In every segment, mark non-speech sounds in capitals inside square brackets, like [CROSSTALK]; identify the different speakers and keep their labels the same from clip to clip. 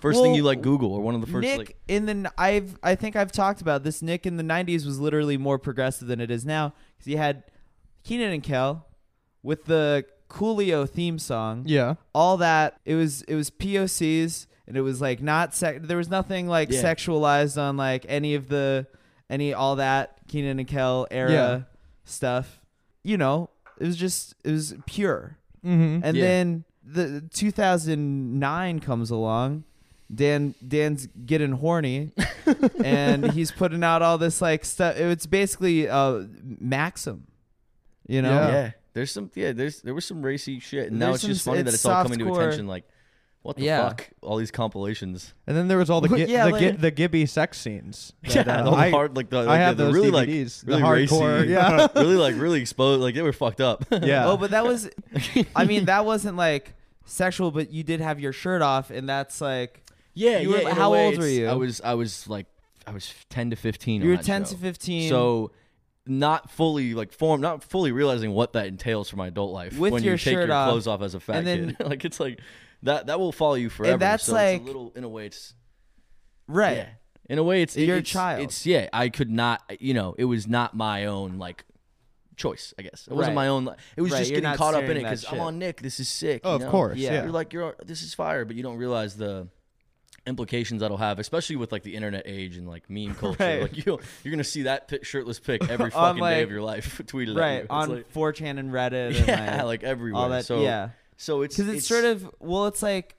Speaker 1: First thing
Speaker 2: Well,
Speaker 1: you like Google or one of the first
Speaker 2: Nick
Speaker 1: like
Speaker 2: in the n- I've I think I've talked about this. Nick in the '90s was literally more progressive than it is now because he had Keenan and Kel with the Coolio theme song.
Speaker 3: Yeah.
Speaker 2: all that it was it was POCs and it was like not sex. There was nothing like
Speaker 1: Yeah.
Speaker 2: sexualized on like any of the any all that Keenan and Kel era
Speaker 3: Yeah.
Speaker 2: stuff. You know, it was just it was pure.
Speaker 3: Mm-hmm.
Speaker 2: And
Speaker 1: Yeah.
Speaker 2: then the 2009 comes along. Dan Dan's getting
Speaker 1: [LAUGHS]
Speaker 2: horny, and he's putting out all this like stuff. It's basically uh, Maxim, you know.
Speaker 3: Yeah.
Speaker 1: yeah. There's some yeah. There's there was some racy shit, and now
Speaker 2: There's
Speaker 1: it's just
Speaker 2: some-
Speaker 1: funny that
Speaker 2: it's
Speaker 1: it's all coming to
Speaker 2: softcore.
Speaker 1: attention. Like, what the
Speaker 2: Yeah.
Speaker 1: fuck? All these compilations.
Speaker 3: And then there was all the gi-
Speaker 2: Yeah,
Speaker 3: the,
Speaker 2: like-
Speaker 3: gi- the Gibby
Speaker 1: [LAUGHS]
Speaker 3: sex scenes.
Speaker 1: Yeah,
Speaker 3: that, uh,
Speaker 1: all the
Speaker 3: I-
Speaker 1: hard like the, like,
Speaker 3: I have
Speaker 1: the, the
Speaker 3: those
Speaker 1: really
Speaker 3: DVDs, the
Speaker 1: like really [LAUGHS]
Speaker 3: hardcore,
Speaker 1: racy,
Speaker 3: yeah.
Speaker 1: really like really exposed. Like they were fucked up. [LAUGHS]
Speaker 3: yeah.
Speaker 2: Oh, but that was I mean, that wasn't like sexual, but you did have your shirt off and that's like
Speaker 1: yeah.
Speaker 2: You were-
Speaker 1: in a
Speaker 2: how
Speaker 1: way,
Speaker 2: old were
Speaker 1: it's-
Speaker 2: you?
Speaker 1: I was I was like I was ten to fifteen.
Speaker 2: you
Speaker 1: on
Speaker 2: were
Speaker 1: that
Speaker 2: 10
Speaker 1: show.
Speaker 2: to 15
Speaker 1: So not fully like form, not fully realizing what that entails for my adult life
Speaker 2: With
Speaker 1: when
Speaker 2: your
Speaker 1: you take
Speaker 2: shirt
Speaker 1: your
Speaker 2: off,
Speaker 1: clothes off as a fat
Speaker 2: and then-
Speaker 1: kid. [LAUGHS] like it's like that that will follow you forever.
Speaker 2: that's
Speaker 1: so
Speaker 2: like-
Speaker 1: it's a little in a way it's
Speaker 2: right.
Speaker 1: yeah. In a way it's
Speaker 2: You're a
Speaker 1: it's-
Speaker 2: child.
Speaker 1: It's yeah. I could not you know it was not my own like choice. I guess it wasn't
Speaker 2: Right.
Speaker 1: my own. It was
Speaker 2: Right,
Speaker 1: just
Speaker 2: you're
Speaker 1: getting
Speaker 2: not
Speaker 1: caught up in
Speaker 2: steering
Speaker 1: it
Speaker 2: that
Speaker 1: because I'm
Speaker 2: shit.
Speaker 1: on Nick. This is sick.
Speaker 3: Oh,
Speaker 1: you
Speaker 3: of
Speaker 1: know?
Speaker 3: course.
Speaker 2: Yeah.
Speaker 3: Yeah.
Speaker 1: You're like you're this is fire, but you don't realize the implications that'll have, especially with like the internet age and like
Speaker 2: [LAUGHS]
Speaker 1: meme culture.
Speaker 2: Right.
Speaker 1: Like you, you're gonna see that pi- shirtless
Speaker 2: [LAUGHS]
Speaker 1: pic every
Speaker 2: On,
Speaker 1: fucking
Speaker 2: like-
Speaker 1: day of your life [LAUGHS] tweeted
Speaker 2: Right.
Speaker 1: at you.
Speaker 2: On [LAUGHS]
Speaker 1: It's
Speaker 2: 4chan and Reddit
Speaker 1: like, yeah, [LAUGHS]
Speaker 2: and
Speaker 1: like,
Speaker 2: like,
Speaker 1: everywhere.
Speaker 2: all that
Speaker 1: so
Speaker 2: yeah.
Speaker 1: so it's
Speaker 2: Cuz it's, sort of well it's like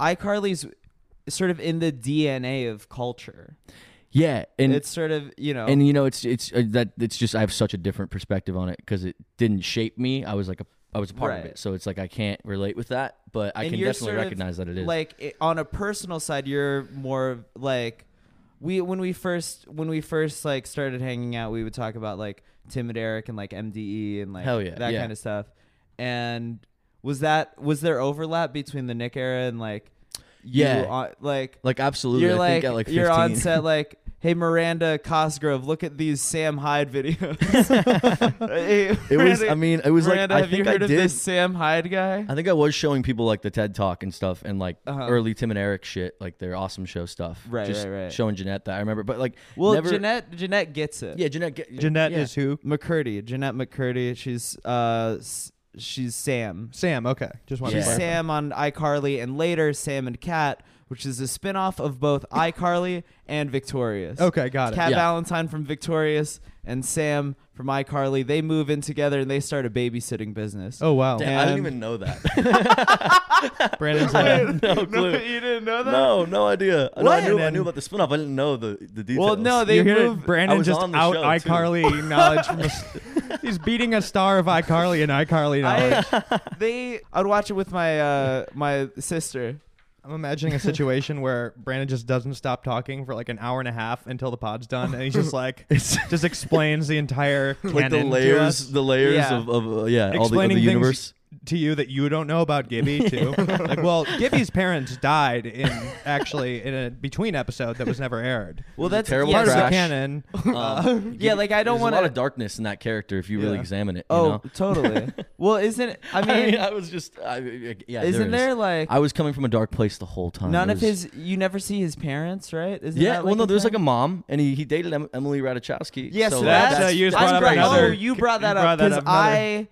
Speaker 2: iCarly's sort of in the DNA of culture.
Speaker 1: yeah, and
Speaker 2: it's sort of, you know,
Speaker 1: and you know it's it's uh, that it's just I have such a different perspective on it because it didn't shape me. I was like a I was a part of
Speaker 2: Right.
Speaker 1: it, so it's like I can't relate with that, but I
Speaker 2: And
Speaker 1: can
Speaker 2: you're
Speaker 1: definitely
Speaker 2: sort of,
Speaker 1: recognize that it is.
Speaker 2: like i on a personal side you're more of, like we when we first when we first like started hanging out we would talk about like tim and eric and like mde and like
Speaker 1: Hell yeah,
Speaker 2: that
Speaker 1: yeah.
Speaker 2: kind of stuff and was that was there overlap between the nick era and like you
Speaker 1: Yeah.
Speaker 2: on, like
Speaker 1: like absolutely,
Speaker 2: you're
Speaker 1: I
Speaker 2: like,
Speaker 1: think at like 15,
Speaker 2: you're on set like hey miranda cosgrove look at these sam hyde videos [LAUGHS] Hey,
Speaker 1: It
Speaker 2: [LAUGHS]
Speaker 1: was.
Speaker 2: Miranda-
Speaker 1: I mean, it was
Speaker 2: miranda
Speaker 1: like I
Speaker 2: have you
Speaker 1: think
Speaker 2: heard
Speaker 1: I
Speaker 2: of
Speaker 1: did.
Speaker 2: this sam hyde guy
Speaker 1: I think I was showing people like the TED Talk and stuff, and like
Speaker 2: Uh-huh.
Speaker 1: early Tim and Eric shit, like their awesome show stuff.
Speaker 2: Right,
Speaker 1: Just
Speaker 2: right, right.
Speaker 1: Showing Jeanette that I remember, but like
Speaker 2: well
Speaker 1: never,
Speaker 2: jeanette jeanette gets it
Speaker 1: Yeah, Jeanette. Ge-
Speaker 3: Jeanette
Speaker 1: yeah.
Speaker 3: is who?
Speaker 2: McCurdy, Jeanette McCurdy. She's uh, s- she's Sam.
Speaker 3: Sam. Okay. Just wanted
Speaker 1: Yeah.
Speaker 3: to
Speaker 2: She's
Speaker 3: clarify.
Speaker 2: Sam on iCarly, and later Sam and Cat, which is a spinoff of both iCarly and Victorious.
Speaker 3: Okay, got it.
Speaker 2: Cat
Speaker 1: Yeah.
Speaker 2: Valentine from Victorious and Sam from iCarly. They move in together and they start a babysitting business.
Speaker 3: Oh wow.
Speaker 1: Damn, I didn't
Speaker 2: And-
Speaker 1: even know that. [LAUGHS]
Speaker 3: Brandon's
Speaker 1: I [LAUGHS] had
Speaker 3: like,
Speaker 1: no clue.
Speaker 2: [LAUGHS] you didn't know that?
Speaker 1: No, no idea. No, I knew I
Speaker 3: Brandon.
Speaker 1: knew about the spinoff. I didn't know the the details.
Speaker 2: Well,
Speaker 1: [LAUGHS]
Speaker 2: no, they
Speaker 3: you hear it?
Speaker 2: move.
Speaker 1: I
Speaker 3: Brandon
Speaker 1: was
Speaker 3: just
Speaker 1: on the
Speaker 3: out
Speaker 1: show, too.
Speaker 3: iCarly
Speaker 1: [LAUGHS]
Speaker 3: knowledge. From a s he's beating a star of iCarly and iCarly knowledge.
Speaker 1: [LAUGHS]
Speaker 2: I, [LAUGHS] they, I'd watch it with my uh, my sister.
Speaker 3: I'm imagining a situation where Brandon just doesn't stop talking for like an hour and a half until the pod's done, and
Speaker 1: [LAUGHS]
Speaker 3: he's just like, just explains the entire
Speaker 1: like the
Speaker 3: canon to us.
Speaker 1: layers, the layers
Speaker 2: Yeah.
Speaker 1: of, of uh, yeah, all the, of the
Speaker 3: Explaining
Speaker 2: [LAUGHS]
Speaker 3: things-
Speaker 1: universe.
Speaker 3: to you that you don't know about Gibby too. like, well, Gibby's parents died in actually in a between episode that was never aired.
Speaker 2: Well,
Speaker 1: It was a
Speaker 2: that's
Speaker 1: terrible
Speaker 2: yeah,
Speaker 3: Part of the
Speaker 1: crash.
Speaker 3: canon.
Speaker 1: Um,
Speaker 2: Yeah, like I don't
Speaker 1: there's
Speaker 2: want
Speaker 1: a lot of darkness in that character if you really
Speaker 3: Yeah.
Speaker 1: examine it. You
Speaker 2: Oh,
Speaker 1: know? [LAUGHS]
Speaker 2: totally. well, isn't I mean,
Speaker 1: I mean, I was just, I, yeah.
Speaker 2: isn't
Speaker 1: there?
Speaker 2: there
Speaker 1: is.
Speaker 2: like
Speaker 1: I was coming from a dark place the whole time.
Speaker 2: none
Speaker 1: It
Speaker 2: of
Speaker 1: was-
Speaker 2: his? You never see his parents, right? Isn't
Speaker 1: Yeah,
Speaker 2: that,
Speaker 1: well, no,
Speaker 2: a
Speaker 1: there's like
Speaker 2: thing?
Speaker 1: a mom, and he, he dated em- Emily Ratajkowski.
Speaker 2: Yeah, so,
Speaker 1: so
Speaker 2: that's,
Speaker 3: that's- uh, you just
Speaker 2: I'm
Speaker 3: brought up
Speaker 2: great.
Speaker 3: another-
Speaker 2: Oh, you brought that
Speaker 3: you
Speaker 2: up
Speaker 3: brought that
Speaker 2: because
Speaker 3: up, another-
Speaker 2: I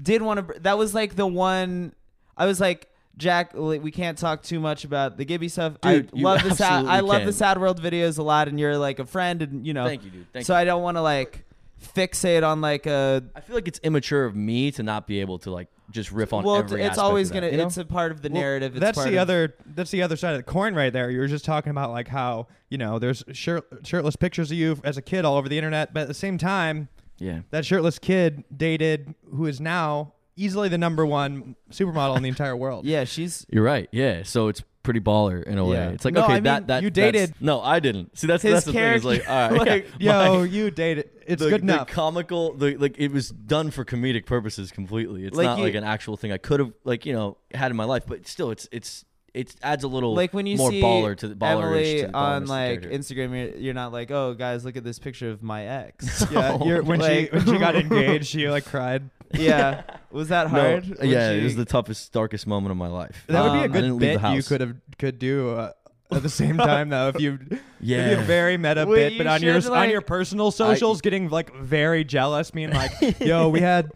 Speaker 2: did want to. Br- that was like the one. I was like, Jack, li- we can't talk too much about the Gibby stuff.
Speaker 1: Dude,
Speaker 2: I
Speaker 1: you
Speaker 2: love the sad.
Speaker 1: absolutely
Speaker 2: I love the
Speaker 1: can.
Speaker 2: Sad World videos a lot, and you're like a friend, and you know.
Speaker 1: Thank you, dude. Thank
Speaker 2: so
Speaker 1: you.
Speaker 2: I don't want to like fixate on like a.
Speaker 1: I feel like it's immature of me to not be able to like just riff on.
Speaker 2: Well, it's,
Speaker 1: every
Speaker 2: it's
Speaker 1: aspect
Speaker 2: always
Speaker 1: of that,
Speaker 2: gonna.
Speaker 1: you know?
Speaker 2: It's a part of the [LAUGHS]
Speaker 3: Well,
Speaker 2: narrative. It's
Speaker 3: that's
Speaker 2: part
Speaker 3: the
Speaker 2: of-
Speaker 3: other. That's the other side of the coin, right there. You were just talking about like how you know there's shirt, shirtless pictures of you as a kid all over the internet, but at the same time,
Speaker 1: yeah.
Speaker 3: that shirtless kid dated who is now easily the number one supermodel in the entire world.
Speaker 2: [LAUGHS] Yeah, she's
Speaker 1: You're right. Yeah, so it's pretty baller in a way.
Speaker 2: Yeah.
Speaker 1: It's like
Speaker 2: No,
Speaker 1: okay,
Speaker 2: I mean,
Speaker 1: that that
Speaker 3: you
Speaker 1: that's-
Speaker 3: dated-
Speaker 1: No, I didn't. See, that's
Speaker 2: His
Speaker 1: that's the thing. It's like all
Speaker 3: [LAUGHS]
Speaker 2: character,
Speaker 1: right,
Speaker 2: like,
Speaker 1: yeah,
Speaker 3: Yo,
Speaker 1: my-
Speaker 3: you dated. It's
Speaker 1: the,
Speaker 3: good
Speaker 1: the
Speaker 3: enough.
Speaker 1: comical, the like it was done for comedic purposes completely. It's
Speaker 2: Like
Speaker 1: not
Speaker 2: you-
Speaker 1: like an actual thing I could have like you know had in my life, but still, it's it's it adds a little
Speaker 2: like when you
Speaker 1: more
Speaker 2: see
Speaker 1: baller to the baller
Speaker 2: Emily on like
Speaker 1: character.
Speaker 2: Instagram, you're, you're not like, oh guys, look at this picture of my ex.
Speaker 1: [LAUGHS]
Speaker 2: [LAUGHS]
Speaker 3: yeah, you're, when she
Speaker 2: Like-
Speaker 3: when she got engaged, she like cried.
Speaker 2: [LAUGHS]
Speaker 1: [LAUGHS]
Speaker 2: yeah. Was that
Speaker 1: No,
Speaker 2: hard? Would
Speaker 1: yeah, it
Speaker 2: you-
Speaker 1: was the toughest, darkest moment of my life.
Speaker 3: That would be a
Speaker 2: Um,
Speaker 1: I didn't
Speaker 3: good
Speaker 1: leave
Speaker 3: bit
Speaker 1: the
Speaker 3: you
Speaker 1: house.
Speaker 3: could have could do uh, at the same time though. If you
Speaker 1: Yeah.
Speaker 3: it'd be a very meta
Speaker 2: Well,
Speaker 3: bit,
Speaker 2: you
Speaker 3: but on your
Speaker 2: should,
Speaker 3: on your
Speaker 2: like-
Speaker 3: personal socials, getting like very jealous,
Speaker 1: [LAUGHS]
Speaker 3: being like, "Yo, we had,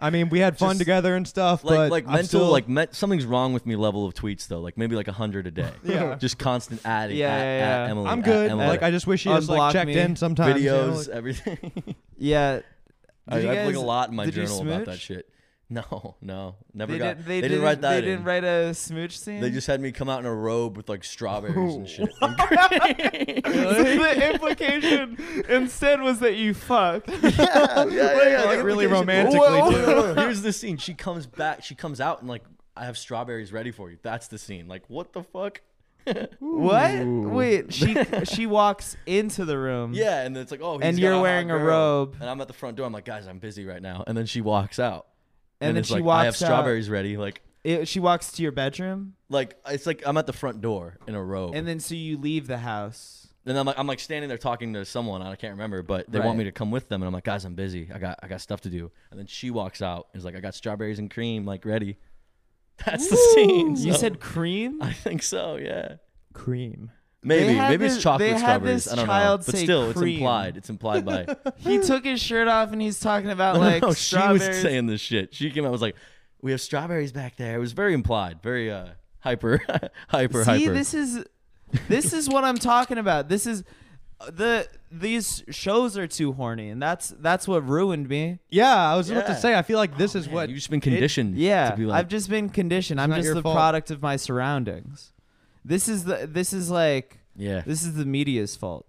Speaker 3: I mean, we had fun
Speaker 1: Just
Speaker 3: together and stuff."
Speaker 1: like
Speaker 3: but
Speaker 1: like
Speaker 3: I'm
Speaker 1: mental
Speaker 3: still-
Speaker 1: like me- something's wrong with me level of tweets though like maybe like a hundred a
Speaker 3: [LAUGHS]
Speaker 1: day [LAUGHS]
Speaker 3: Yeah.
Speaker 1: just constant adding
Speaker 2: Yeah,
Speaker 1: at,
Speaker 2: yeah,
Speaker 1: at
Speaker 2: yeah.
Speaker 1: Emily
Speaker 3: I'm
Speaker 1: at
Speaker 3: good.
Speaker 1: Emily.
Speaker 3: Like I just wish she was
Speaker 2: Unblock
Speaker 3: like checked
Speaker 2: me.
Speaker 3: in sometimes. you know,
Speaker 1: videos
Speaker 3: like-
Speaker 1: everything [LAUGHS]
Speaker 2: yeah.
Speaker 1: I,
Speaker 2: Did you
Speaker 1: I
Speaker 2: guys-
Speaker 1: like a lot in my
Speaker 2: did you
Speaker 1: journal about that
Speaker 2: smooch?
Speaker 1: shit [LAUGHS] no no never
Speaker 2: They,
Speaker 1: got
Speaker 2: did, they,
Speaker 1: didn't, write that
Speaker 2: They
Speaker 1: in.
Speaker 2: didn't write a smooch scene. [LAUGHS]
Speaker 1: They just had me come out in a robe with like strawberries and shit
Speaker 2: the implication instead was that you
Speaker 1: [LAUGHS]
Speaker 2: fucked.
Speaker 1: yeah,
Speaker 3: yeah, like really romantically,
Speaker 2: Whoa. [LAUGHS]
Speaker 1: Here's the scene. She comes back. She comes out and like, I have strawberries ready for you. That's the scene. Like, what the fuck?
Speaker 2: What? Wait,
Speaker 1: [LAUGHS]
Speaker 2: she she walks into the room.
Speaker 1: Yeah, and it's like, oh, he's
Speaker 2: And
Speaker 1: got
Speaker 2: you're
Speaker 1: a hot
Speaker 2: wearing a
Speaker 1: girl.
Speaker 2: robe.
Speaker 1: and I'm at the front door. I'm like, guys, I'm busy right now. And then she walks out,
Speaker 2: and, then
Speaker 1: it's
Speaker 2: she
Speaker 1: like,
Speaker 2: walks.
Speaker 1: I have
Speaker 2: out.
Speaker 1: strawberries ready. Like,
Speaker 2: It- she walks to your bedroom,
Speaker 1: like it's like I'm at the front door in a robe,
Speaker 2: and
Speaker 1: and,
Speaker 2: then so you leave the house.
Speaker 1: I'm like, I'm like standing there talking to someone. I can't remember, but they
Speaker 2: Right.
Speaker 1: want me to come with them, and I'm like, guys, I'm busy. I got I got stuff to do. And then she walks out. and is like, I got strawberries and cream, like ready. [LAUGHS] That's the scene.
Speaker 2: You
Speaker 1: so-
Speaker 2: said
Speaker 1: [LAUGHS]
Speaker 2: cream.
Speaker 1: I think so. Yeah.
Speaker 3: cream.
Speaker 1: Maybe
Speaker 2: had
Speaker 1: maybe it's
Speaker 2: this-
Speaker 1: chocolate
Speaker 2: they had
Speaker 1: strawberries.
Speaker 2: this
Speaker 1: I don't know.
Speaker 2: child
Speaker 1: But
Speaker 2: say
Speaker 1: still, it's
Speaker 2: cream.
Speaker 1: implied. It's implied
Speaker 2: [LAUGHS]
Speaker 1: by. [LAUGHS]
Speaker 2: He took his shirt off and he's talking about
Speaker 1: No,
Speaker 2: like
Speaker 1: no, she was
Speaker 2: strawberries.
Speaker 1: saying this shit. She came out and was like, "We have strawberries back there." It was very implied, very uh, [LAUGHS] hyper, hyper,
Speaker 2: See,
Speaker 1: hyper.
Speaker 2: this is this is what I'm talking about. This is uh, the these shows are too horny, and that's that's what ruined me.
Speaker 3: Yeah, I was about
Speaker 1: Yeah. Oh,
Speaker 3: to say. I feel like this is what
Speaker 1: you just been conditioned.
Speaker 2: Yeah,
Speaker 1: to be like,
Speaker 2: I've just been conditioned. I'm
Speaker 3: not
Speaker 2: just
Speaker 3: your
Speaker 2: the
Speaker 3: fault.
Speaker 2: product of my surroundings. This is the this is like
Speaker 1: yeah.
Speaker 2: this is the media's fault.